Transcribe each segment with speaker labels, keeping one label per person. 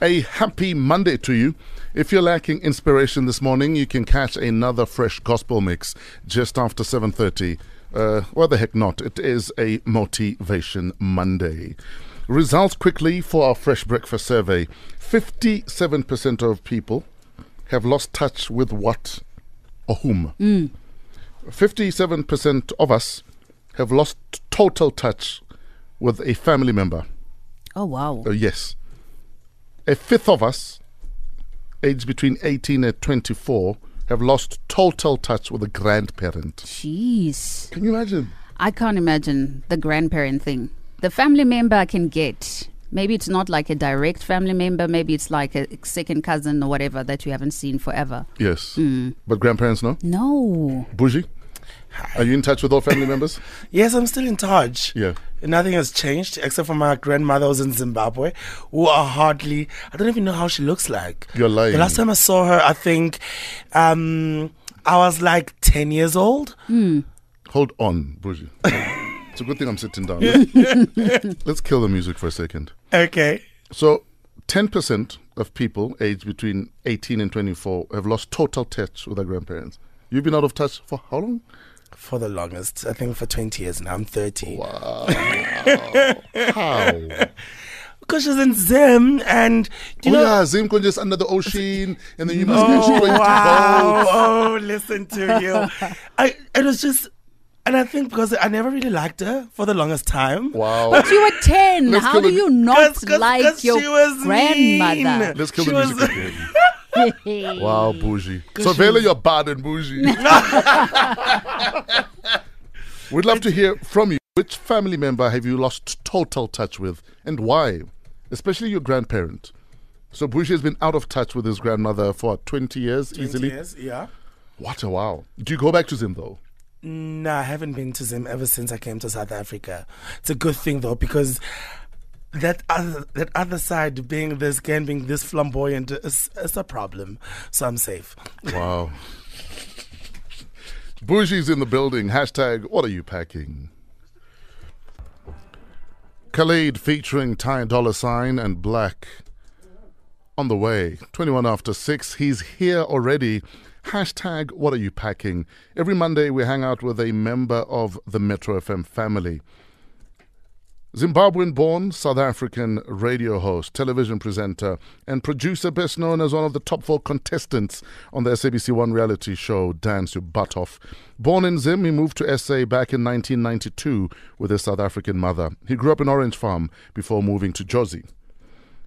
Speaker 1: A happy Monday to you. If you're lacking inspiration this morning, you can catch another fresh gospel mix just after 7:30. Uh, well, the heck not. It is a motivation Monday. Results quickly for our fresh breakfast survey. 57% of people have lost touch with what or whom. 57% of us have lost total touch with a family member.
Speaker 2: Oh, wow.
Speaker 1: Uh, yes. A fifth of us, aged between 18 and 24, have lost total touch with a grandparent.
Speaker 2: Jeez.
Speaker 1: Can you imagine?
Speaker 2: I can't imagine the grandparent thing. The family member I can get. Maybe it's not like a direct family member, maybe it's like a second cousin or whatever that you haven't seen forever.
Speaker 1: Yes. But grandparents, no?
Speaker 2: No.
Speaker 1: Bougie? Are you in touch with all family members?
Speaker 3: Yes, I'm still in touch.
Speaker 1: Yeah.
Speaker 3: Nothing has changed except for my grandmother who's in Zimbabwe, who are hardly, I don't even know how she looks like.
Speaker 1: You're lying.
Speaker 3: The last time I saw her, I think um, I was like 10 years old.
Speaker 1: Hold on, Bougie. it's a good thing I'm sitting down. Let's kill the music for a second.
Speaker 3: Okay.
Speaker 1: So, 10% of people aged between 18 and 24 have lost total touch with their grandparents. You've been out of touch for how long?
Speaker 3: For the longest, I think for 20 years now, I'm 30.
Speaker 1: How?
Speaker 3: Because she's in Zim and, do you
Speaker 1: oh,
Speaker 3: know,
Speaker 1: yeah, Zimko just under the ocean, and then you must
Speaker 3: Oh,
Speaker 1: be going
Speaker 3: wow.
Speaker 1: to go.
Speaker 3: Oh, listen to you. I it was just and I think because I never really liked her for the longest time.
Speaker 1: Wow.
Speaker 2: You were 10.
Speaker 1: Let's
Speaker 2: How
Speaker 1: kill
Speaker 2: do
Speaker 1: it.
Speaker 2: you not
Speaker 3: 'Cause- 'cause-
Speaker 2: like
Speaker 3: 'cause
Speaker 2: your
Speaker 3: she was
Speaker 2: grandmother?
Speaker 3: mean.
Speaker 1: Let's kill
Speaker 3: She
Speaker 1: the
Speaker 3: was-
Speaker 1: music again. wow, Bougie. So, Vela, you're bad and Bougie. We'd love to hear from you. Which family member have you lost total touch with, and why? Especially your grandparent. So, Bougie has been out of touch with his grandmother for 20 years easily.
Speaker 3: Yes, yeah.
Speaker 1: What a wow. Do you go back to Zim, though?
Speaker 3: No, I haven't been to Zim ever since I came to South Africa. It's a good thing though because that other that other side being this gay and being this flamboyant is, is a problem. So I'm safe.
Speaker 1: Wow. Bougie's in the building. Hashtag, what are you packing? Khalid featuring Ty Dollar Sign and Black. On the way, 21 after 6, he's here already. Hashtag, what are you packing? Every Monday, we hang out with a member of the Metro FM family. Zimbabwean born South African radio host, television presenter, and producer, best known as one of the top four contestants on the SABC One reality show, Dance Your Butt Off. Born in Zim, he moved to SA back in 1992 with his South African mother. He grew up in Orange Farm before moving to Josie.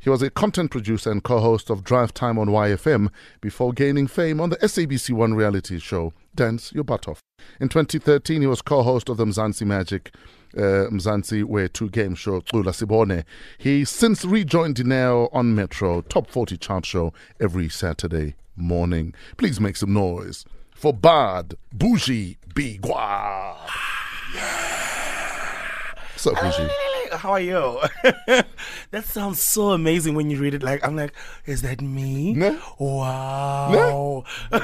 Speaker 1: He was a content producer and co host of Drive Time on YFM before gaining fame on the SABC One reality show, Dance Your Butt Off. In 2013, he was co host of the Mzansi Magic, uh, Mzansi Way 2 game show, Tula Sibone. He since rejoined Dineo on Metro, top 40 chart show every Saturday morning. Please make some noise for Bad Bougie Bigwa. So bougie.
Speaker 3: How are you? that sounds so amazing when you read it. Like I'm like, is that me?
Speaker 1: No.
Speaker 3: Wow.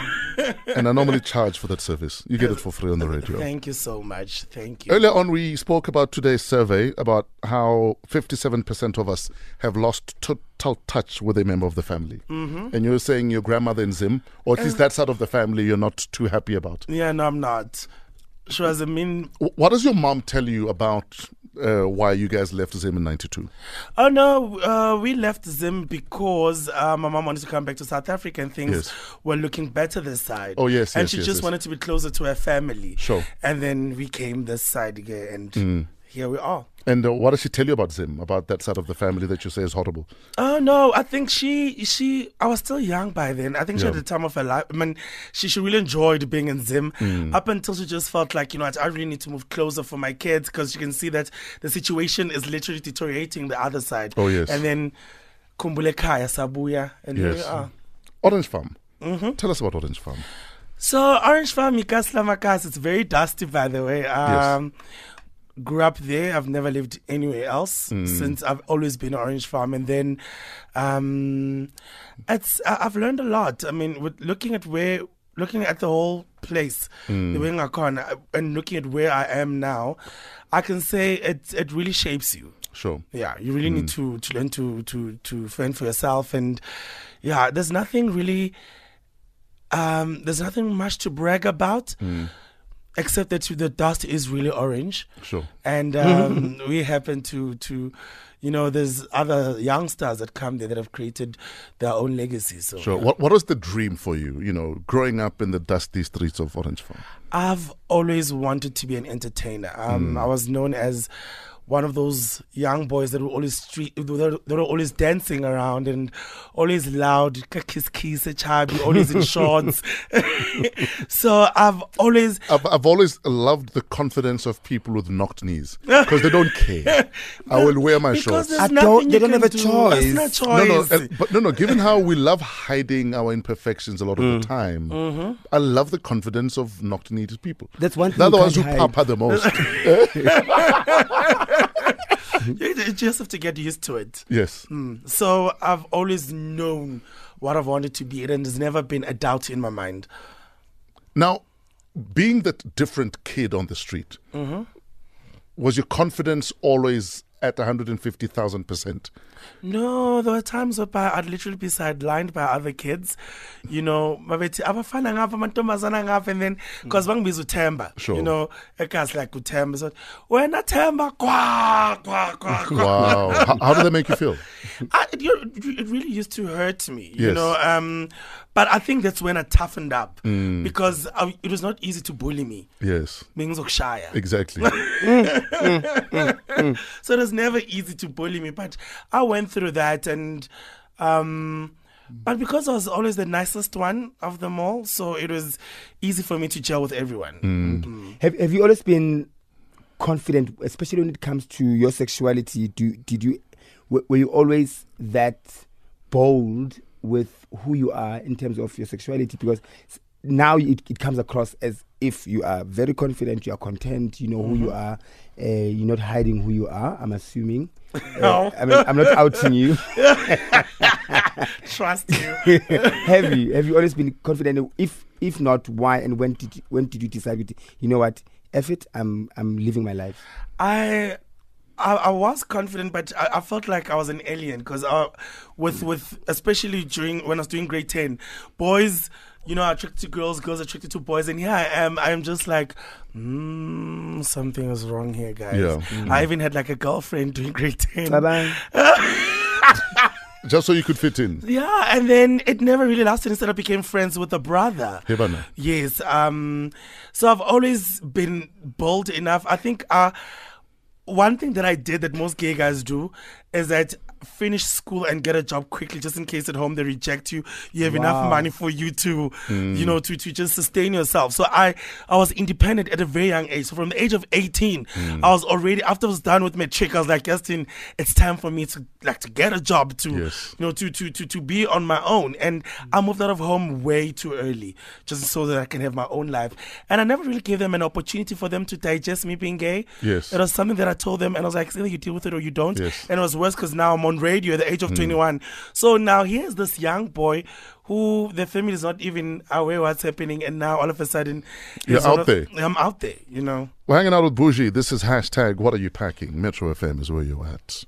Speaker 1: And I normally charge for that service. You get it for free on the radio.
Speaker 3: Thank you so much. Thank you.
Speaker 1: Earlier on, we spoke about today's survey about how 57% of us have lost total touch with a member of the family. Mm-hmm. Uh. And you were saying your grandmother in Zim, or at least that side of the family, you're not too happy about.
Speaker 3: Yeah, no, I'm not. She was a mean.
Speaker 1: Wh- What does your mom tell you about uh, why you guys left Zim in 92?
Speaker 3: Oh no, uh, we left Zim because uh, my mom wanted to come back to South Africa and things
Speaker 1: Yes.
Speaker 3: were looking better this side.
Speaker 1: Oh, yes,
Speaker 3: and
Speaker 1: yes,
Speaker 3: she
Speaker 1: yes,
Speaker 3: just
Speaker 1: yes.
Speaker 3: wanted to be closer to her family.
Speaker 1: Sure. Mm.
Speaker 3: And then we came this side again, and here we are.
Speaker 1: And uh, what does she tell you about Zim, about that side of the family that you say is horrible?
Speaker 3: Oh no, I think she she I was still young by then. I think she
Speaker 1: Yeah.
Speaker 3: had the time of her life. I mean, she she really enjoyed being in Zim
Speaker 1: Mm.
Speaker 3: up until she just felt like you know what, I really need to move closer for my kids because you can see that the situation is literally deteriorating the other side.
Speaker 1: Oh, yes.
Speaker 3: and then Kumbule Kaya Sabuya and ah. here we are.
Speaker 1: Orange Farm. Mm-hmm. Tell us about Orange Farm.
Speaker 3: So Orange Farm Makaslamakas, it's very dusty by the way. Um grew up there. I've never lived anywhere else since I've always been at Orange Farm and then um it's I- I've learned a lot. I mean with looking at where looking at the whole place, the way I can and looking at where I am now, I can say it it really shapes you.
Speaker 1: Sure.
Speaker 3: Yeah, you really need to, to learn to, to, to fend for yourself. And yeah, there's nothing really, um, there's nothing much to brag about except that the dust is really orange.
Speaker 1: Sure.
Speaker 3: And um, we happen to, to, you know, there's other youngsters that come there that have created their own legacies. So
Speaker 1: Sure. What What was the dream for you? You know, growing up in the dusty streets of Orange Farm.
Speaker 3: I've always wanted to be an entertainer. Um, I was known as one of those young boys that were always street, they were they were always dancing around and always loud, kiss kiss, chubby, always in shorts. so I've always
Speaker 1: I've, I've always loved the confidence of people with knocked knees because they don't care. I will wear my
Speaker 3: because
Speaker 1: shorts.
Speaker 3: there's
Speaker 4: I
Speaker 3: nothing
Speaker 4: don't-
Speaker 3: you
Speaker 4: they don't
Speaker 3: can
Speaker 4: have a
Speaker 3: do.
Speaker 4: choice.
Speaker 3: It's not
Speaker 1: No,
Speaker 3: choice.
Speaker 1: no, uh, but no, no. Given how we love hiding our imperfections a lot of
Speaker 3: Mm.
Speaker 1: the time,
Speaker 3: Mm-hmm.
Speaker 1: I love the confidence of knocked knee people.
Speaker 4: That's one thing
Speaker 1: They're the
Speaker 4: you
Speaker 1: ones who
Speaker 4: can't hide.
Speaker 1: papa the most.
Speaker 3: You- you just have to get used to it.
Speaker 1: yes.
Speaker 4: Mm.
Speaker 3: So I've always known what I've wanted to be, and there's never been a doubt in my mind.
Speaker 1: Now, being that different kid on the street,
Speaker 3: Mm-hmm.
Speaker 1: was your confidence always at 150,000%?
Speaker 3: No, there were times where I'd literally be sidelined by other kids. You know, mabethi abafana ngapha amantombazana ngapha and then because bangibiza uThemba.
Speaker 1: Mm. Sure.
Speaker 3: You know, a guy's like uThemba so wena Themba kwa kwa kwa kwa.
Speaker 1: Wow. how, how did that make you feel?
Speaker 3: I, it, you- it really used to hurt me, you
Speaker 1: Yes.
Speaker 3: know. Um, but I think that's when I toughened up
Speaker 1: Mm.
Speaker 3: because I, it was not easy to bully me.
Speaker 1: Yes,
Speaker 3: Bengizokushaya.
Speaker 1: exactly.
Speaker 3: So it was never easy to bully me, but I went through that and um but because I was always the nicest one of them all, so it was easy for me to gel with everyone.
Speaker 4: Have Have you always been confident, especially when it comes to your sexuality? Do did you were, were you always that bold with who you are in terms of your sexuality? Because s- now it, it comes across as if you are very confident, you are content, you know who you are, uh, you're not hiding who you are. I'm assuming. Uh,
Speaker 3: No.
Speaker 4: I mean, I'm not outing you.
Speaker 3: Trust you.
Speaker 4: have you have you always been confident? If if not, why and when did you, when did you decide? with- You know what? F it. I'm I'm living my life.
Speaker 3: I, I I was confident, but I, I felt like I was an alien because with with especially during when I was doing grade ten, boys, you know, are attracted to girls, girls are attracted to boys, and here I am. I'm just like, mm, something is wrong here, guys.
Speaker 1: Yeah.
Speaker 3: I even had like a girlfriend during grade ten.
Speaker 4: Bye bye.
Speaker 1: Just so you could fit in.
Speaker 3: Yeah, and then it never really lasted. Instead, I became friends with a brother.
Speaker 1: Hebana.
Speaker 3: Yes. Um. So I've always been bold enough. I think. Uh, one thing that I did that most gay guys do is that finish school and get a job quickly, just in case at home they reject you. You have enough
Speaker 4: Wow.
Speaker 3: money for you to,
Speaker 1: Mm.
Speaker 3: you know, to to just sustain yourself. So I I was independent at a very young age. So from the age of eighteen,
Speaker 1: Mm.
Speaker 3: I was already after I was done with my trick, I was like, Justin, it's time for me to like to get a job to
Speaker 1: Yes.
Speaker 3: you know, to, to, to, to be on my own. And I moved out of home way too early just so that I can have my own life. And I never really gave them an opportunity for them to digest me being gay.
Speaker 1: Yes.
Speaker 3: It was something that I told them, and I was like, either you deal with it or you don't.
Speaker 1: Yes. Mm.
Speaker 3: And it was worse because now I'm on radio at the age of 21. So now here's this young boy who the family is not even aware what's happening. And now all of a sudden,
Speaker 1: You're
Speaker 3: he's
Speaker 1: out
Speaker 3: one of-
Speaker 1: there.
Speaker 3: I'm out there, you know.
Speaker 1: We're hanging out with Bougie. This is hashtag What Are You Packing? Metro FM is where you're at.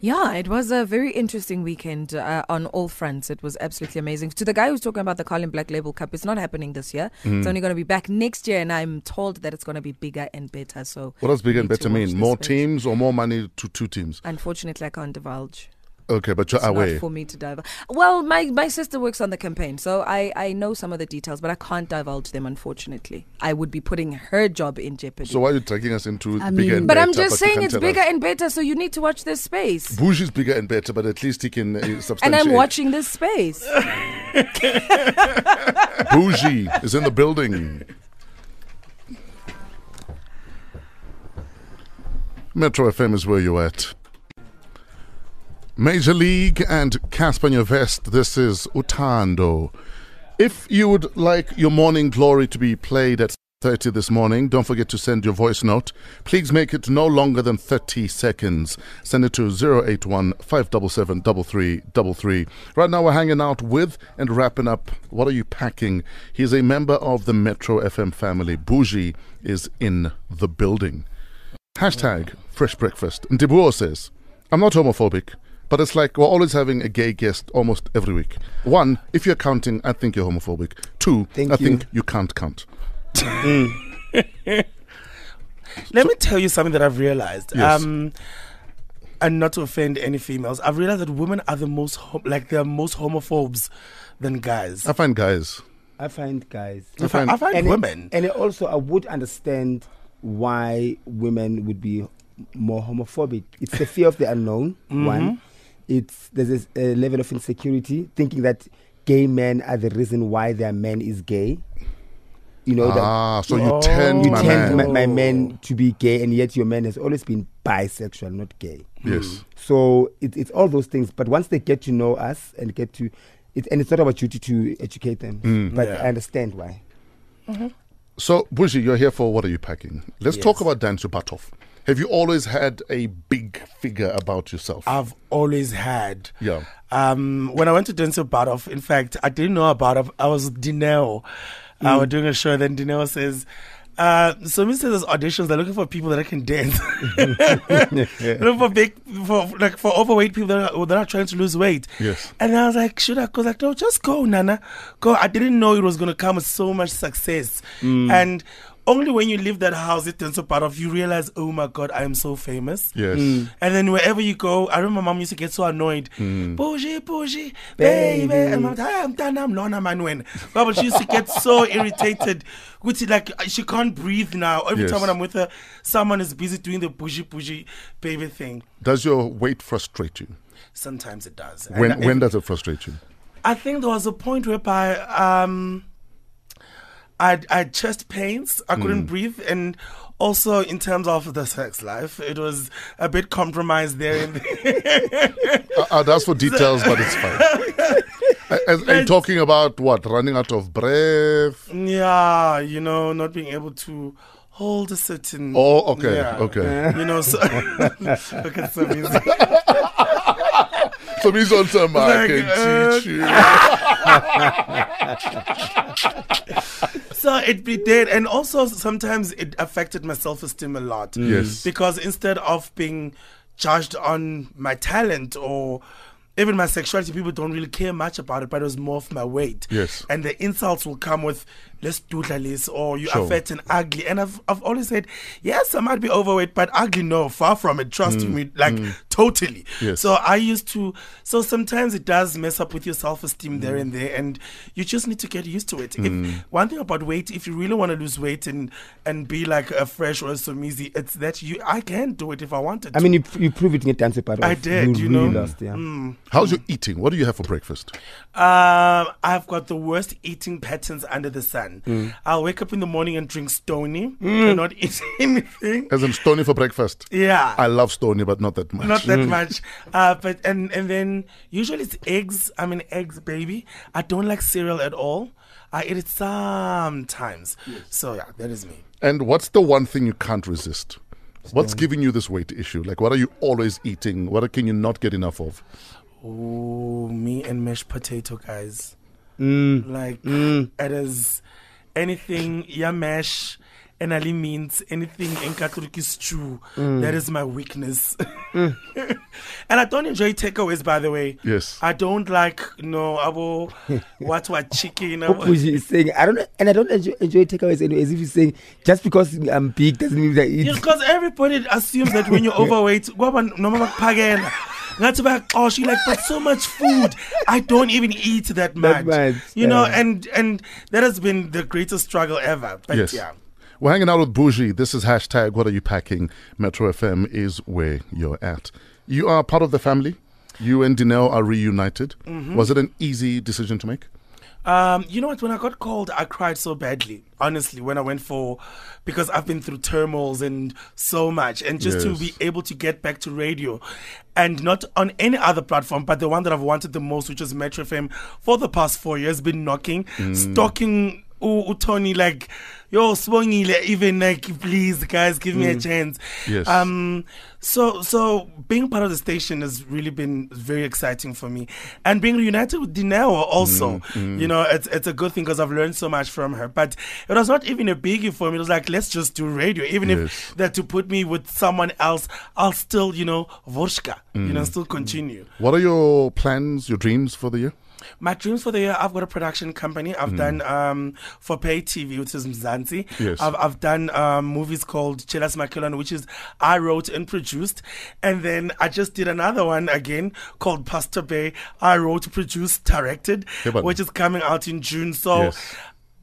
Speaker 5: Yeah, it was a very interesting weekend uh, on all fronts. It was absolutely amazing. To the guy who's talking about the Carlin Black Label Cup, it's not happening this year.
Speaker 1: Mm-hmm.
Speaker 5: It's only going to be back next year, and I'm told that it's going to be bigger and better. So,
Speaker 1: What does big
Speaker 5: you
Speaker 1: and
Speaker 5: need to
Speaker 1: better
Speaker 5: watch
Speaker 1: mean?
Speaker 5: this
Speaker 1: More
Speaker 5: space.
Speaker 1: teams or more money to two teams?
Speaker 5: Unfortunately, I can't divulge.
Speaker 1: Okay, but you're
Speaker 5: It's
Speaker 1: away.
Speaker 5: not for me to divulge. Well, my, my sister works on the campaign, so I, I know some of the details, but I can't divulge them. Unfortunately, I would be putting her job in jeopardy.
Speaker 1: So why are you dragging us into bigger
Speaker 2: I mean-
Speaker 1: and
Speaker 5: but
Speaker 1: better?
Speaker 5: I'm just
Speaker 1: you
Speaker 5: saying
Speaker 1: can't
Speaker 5: it's
Speaker 1: tell
Speaker 5: bigger
Speaker 1: us?
Speaker 5: and better, so you need to watch this space.
Speaker 1: Bougie's bigger and better, but at least he can uh, substantiate.
Speaker 5: And I'm watching this space.
Speaker 1: Bougie is in the building. Metro FM is where you're at. Major League and Casper in your vest. This is Utando. If you would like your morning glory to be played at 30 this morning. Don't forget to send your voice note. Please make it no longer than 30 seconds. Send it to 081 577 3333. Right now, we're hanging out with and wrapping up What Are You Packing? He's a member of the Metro FM family. Bougie is in the building. Hashtag fresh breakfast. Ndibuo says, I'm not homophobic, but it's like we're always having a gay guest almost every week. One, if you're counting, I think you're homophobic. Two,
Speaker 4: Thank
Speaker 1: I
Speaker 4: you.
Speaker 1: think you can't count.
Speaker 3: Let me tell you something that I've realized.
Speaker 1: Yes.
Speaker 3: Um, and not to offend any females, I've realized that women are the most hom- like they're most homophobes than guys.
Speaker 1: I find guys.
Speaker 4: I find guys.
Speaker 1: I find,
Speaker 3: I find
Speaker 4: and it-
Speaker 3: women.
Speaker 4: and it also, I would understand why women would be more homophobic. It's the fear of the unknown. One, it's there's this, a level of insecurity, thinking that gay men are the reason why their man is gay. You know that.
Speaker 1: ah, so you
Speaker 3: Oh.
Speaker 1: tend
Speaker 4: You
Speaker 1: my
Speaker 4: tend
Speaker 1: man.
Speaker 4: my, my man to be gay, and yet your man has always been bisexual, not gay. Mm.
Speaker 1: Yes.
Speaker 4: So it, it's all those things. But once they get to know us and get to, it, and it's not our duty to educate them. But
Speaker 3: Yeah.
Speaker 4: I understand why.
Speaker 1: So, Buji, you're here for what are you packing? Let's talk
Speaker 4: Yes.
Speaker 1: about Dan Subatov. Have you always had a big figure about yourself?
Speaker 4: Ah.
Speaker 3: I've always had.
Speaker 1: yeah.
Speaker 3: Um, when I went to Denzel Badoff, in fact, I didn't know about it. I was with Dineo. I
Speaker 1: Mm.
Speaker 3: was doing a show, then Dineo says, uh, so Mr. There's auditions, they're looking for people that can dance. looking for big, for like for overweight people that are, that are trying to lose weight.
Speaker 1: Yes.
Speaker 3: And I was like, should I? Cause like, no, just go, Nana, go. I didn't know it was gonna come with so much success.
Speaker 1: Mm.
Speaker 3: And only when you leave that house, it turns part of you realize, oh my God, I am so famous.
Speaker 1: Yes.
Speaker 4: Hmm.
Speaker 3: And then wherever you go, I remember my mom used to get so annoyed.
Speaker 1: Hmm.
Speaker 3: Bougie, bougie, baby.
Speaker 4: Baby.
Speaker 3: And mom, "Hi, I'm done, I'm Lorna Manuel. Well, But she used to get so irritated. Which is like, she can't breathe now. Every
Speaker 1: Yes.
Speaker 3: time when I'm with her, someone is busy doing the bougie, bougie, baby thing.
Speaker 1: Does your weight frustrate you?
Speaker 3: Sometimes it does. And
Speaker 1: When
Speaker 3: I-
Speaker 1: when does it frustrate you?
Speaker 3: I think there was a point whereby um, I I had chest pains, I
Speaker 1: Hmm.
Speaker 3: couldn't breathe, and also in terms of the sex life, it was a bit compromised there. And
Speaker 1: I- I'd ask Uh, for details, but it's fine. A- As, are you talking about what? Running out of breath?
Speaker 3: yeah, you know, not being able to hold a certain.
Speaker 1: Oh, okay, okay.
Speaker 3: You know, so look at so busy.
Speaker 1: So he's on some I
Speaker 3: Like,
Speaker 1: can
Speaker 3: uh,
Speaker 1: teach you.
Speaker 3: So it be dead, and also sometimes it affected my self esteem a lot.
Speaker 1: Mm. Yes.
Speaker 3: because instead of being judged on my talent or even my sexuality, people don't really care much about it. But it was more of my weight.
Speaker 1: Yes.
Speaker 3: and the insults will come with "let's do like this" or "you
Speaker 1: Sure.
Speaker 3: are fat and ugly." And I've I've always said, yes, I might be overweight, but ugly, no, far from it. Trust me, like totally.
Speaker 1: Mm. Yes.
Speaker 3: So I used to. So sometimes it does mess up with your self esteem
Speaker 4: Mm.
Speaker 3: there and there, and you just need to get used to it. If, one thing about weight, if you really want to lose weight and and be like a fresh or a somizi, it's that you I can do it if I wanted.
Speaker 4: I mean, you, you proved it in a dance part.
Speaker 3: I did, you know. Mm,
Speaker 4: really lost, yeah.
Speaker 1: How's your eating? What do you have for breakfast?
Speaker 3: to. Um, I've got the worst eating patterns under the sun.
Speaker 4: Mm.
Speaker 3: I'll wake up in the morning and drink stony and not eat anything.
Speaker 4: Uh,
Speaker 1: As in stony for breakfast.
Speaker 3: Yeah.
Speaker 1: I love stony, but not that much. Mm.
Speaker 3: not
Speaker 4: Mm.
Speaker 3: that much. Uh, but and and then usually it's eggs. I'm an eggs baby. I don't like cereal at all. I eat it sometimes. So yeah, that is me.
Speaker 1: And what's the one thing you can't resist? What's giving you this weight issue? Like, what are you always eating? What can you not get enough of?
Speaker 3: Oh, me and mashed potato guys.
Speaker 4: Mm.
Speaker 3: Like it is anything yeah mash. And Ali means anything in Catholic stew.
Speaker 4: Mm.
Speaker 3: That is my weakness. and I don't enjoy takeaways, by the way.
Speaker 1: Yes.
Speaker 3: I don't like, no, I will, what, what, chicken. I will-
Speaker 4: Opuji is saying, I don't, and I don't enjoy, enjoy takeaways anyway. As if he's saying, just because I'm big doesn't mean that it's.
Speaker 3: because everybody assumes that when you're overweight, kwaba noma bakuphakela, ngathi bayaxosha. You're like, but so much food. I don't even eat that much.
Speaker 4: That much,
Speaker 3: You know,
Speaker 4: yeah.
Speaker 3: and and that has been the greatest struggle ever. But
Speaker 1: yes.
Speaker 3: yeah.
Speaker 1: We're hanging out with Bougie. This is hashtag What Are You Packing? Metro FM is where you're at. You are part of the family. You and Dineo are reunited.
Speaker 3: Mm-hmm.
Speaker 1: Was it an easy decision to make?
Speaker 3: Um, you know what? When I got called, I cried so badly. Honestly, when I went for, because I've been through turmoils and so much, and just to
Speaker 1: Yes.
Speaker 3: be able to get back to radio, and not on any other platform, but the one that I've wanted the most, which is Metro FM, for the past four years, been knocking, stalking u- Tony like, yo, Swongile, even like, please, guys, give me a chance.
Speaker 1: Yes.
Speaker 3: Um, so, so being part of the station has really been very exciting for me, and being reunited with Dinewa also, you know, it's it's a good thing because I've learned so much from her. But it was not even a biggie for me. It was like, let's just do radio, even
Speaker 1: Yes.
Speaker 3: if they had to put me with someone else, I'll still, you know, Voshka, you
Speaker 1: Mm.
Speaker 3: know, still continue.
Speaker 1: What are your plans, your dreams for the year?
Speaker 3: My dreams for the year, I've got a production company.
Speaker 1: Mm.
Speaker 3: I've done um, for pay TV, which is Mzansi.
Speaker 1: Yes.
Speaker 3: I've, I've done um, movies called Chelas Makelon, which is I wrote and produced. And then I just did another one again called Pastor Bay. I wrote, produced, directed,
Speaker 1: Hey, man.
Speaker 3: which is coming out in June. So
Speaker 1: Yes.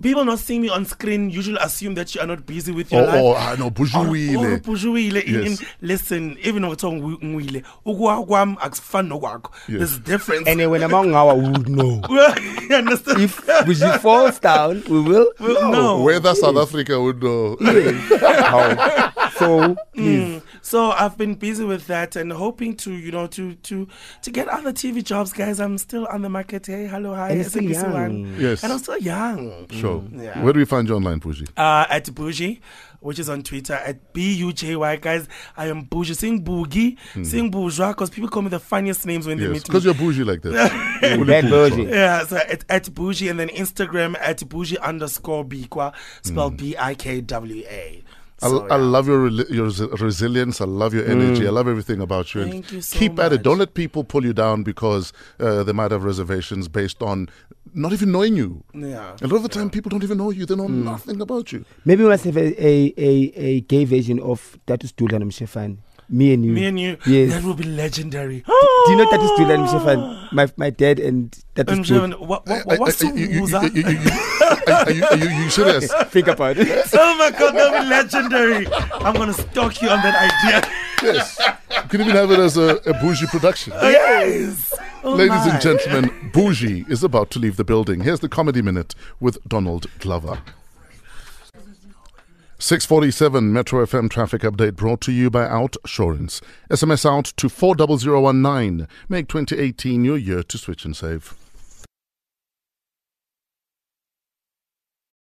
Speaker 3: people not seeing me on screen usually assume that you are not busy with your
Speaker 1: Or,
Speaker 3: life. Oh,
Speaker 1: or I know,
Speaker 3: Or- or
Speaker 1: Bujuwile.
Speaker 3: ubujuwile in-
Speaker 1: Yes.
Speaker 3: in- listen even ngothiwa ngu- ngwile ukwakwam akusifani nokwakho
Speaker 1: Yes.
Speaker 3: there's a difference
Speaker 4: And then when I'm on our, we would know.
Speaker 3: well, you understand?
Speaker 4: If Buji falls down, we will
Speaker 3: Well,
Speaker 4: know.
Speaker 3: no.
Speaker 1: Whether Oh, South Africa would uh, know.
Speaker 4: How?
Speaker 3: Mm.
Speaker 4: So, please.
Speaker 3: So I've been busy with that and hoping to, you know, to to to get other TV jobs, guys. I'm still on the market. Hey, hello, hi,
Speaker 4: And you're still
Speaker 3: SABC
Speaker 4: young.
Speaker 1: Yes.
Speaker 3: and I'm still young.
Speaker 1: Sure.
Speaker 3: Yeah.
Speaker 1: Where do we find you online, Puji?
Speaker 3: Uh, at Bougie, which is on Twitter at B U J Y, guys. I am Bougie, sing Boogie, sing Bourgeois, because people call me the funniest names when they
Speaker 1: Hmm. Yes,
Speaker 3: meet
Speaker 1: because
Speaker 3: me.
Speaker 1: you're bougie like that. Uli
Speaker 4: Bad
Speaker 1: Pujo.
Speaker 4: version.
Speaker 3: Yeah, so at, at Bougie and then Instagram at Bougie underscore Bikwa, spelled B I K W A.
Speaker 1: Mm. I,
Speaker 3: So,
Speaker 1: I
Speaker 3: yeah.
Speaker 1: love your rel- your res- resilience. I love your energy. I love everything about you. And
Speaker 3: Thank you so
Speaker 1: keep at it.
Speaker 3: much.
Speaker 1: Don't let people pull you down because uh, they might have reservations based on not even knowing you.
Speaker 3: Yeah.
Speaker 1: A lot of the time, people don't even know you. They know nothing about you.
Speaker 4: Maybe we must have a, a, a, a gay version of Tatus Dulan Mshefan. Me and you.
Speaker 3: Me and you,
Speaker 4: Yes.
Speaker 3: that will be legendary.
Speaker 4: Do you know Tatus Dulan Mshefan? My, my dad and Tatus
Speaker 3: And
Speaker 4: Dulan.
Speaker 3: Jevon, what, what,
Speaker 1: I- I-
Speaker 3: what, what's
Speaker 1: I-
Speaker 3: the
Speaker 1: you- you-
Speaker 3: loser?
Speaker 1: you- you- you- Are you- are you are you serious?
Speaker 4: Think about it.
Speaker 3: Oh my god, that'll be legendary. I'm gonna stalk you on that idea.
Speaker 1: Yes. You can even have it as a, a bougie production.
Speaker 3: Yes. Oh
Speaker 1: Ladies
Speaker 3: my.
Speaker 1: and gentlemen, Bougie is about to leave the building. Here's the Comedy Minute with Donald Glover. 647 Metro FM traffic update brought to you by Outsurance. SMS out to 40019. Make 2018 your year to switch and save.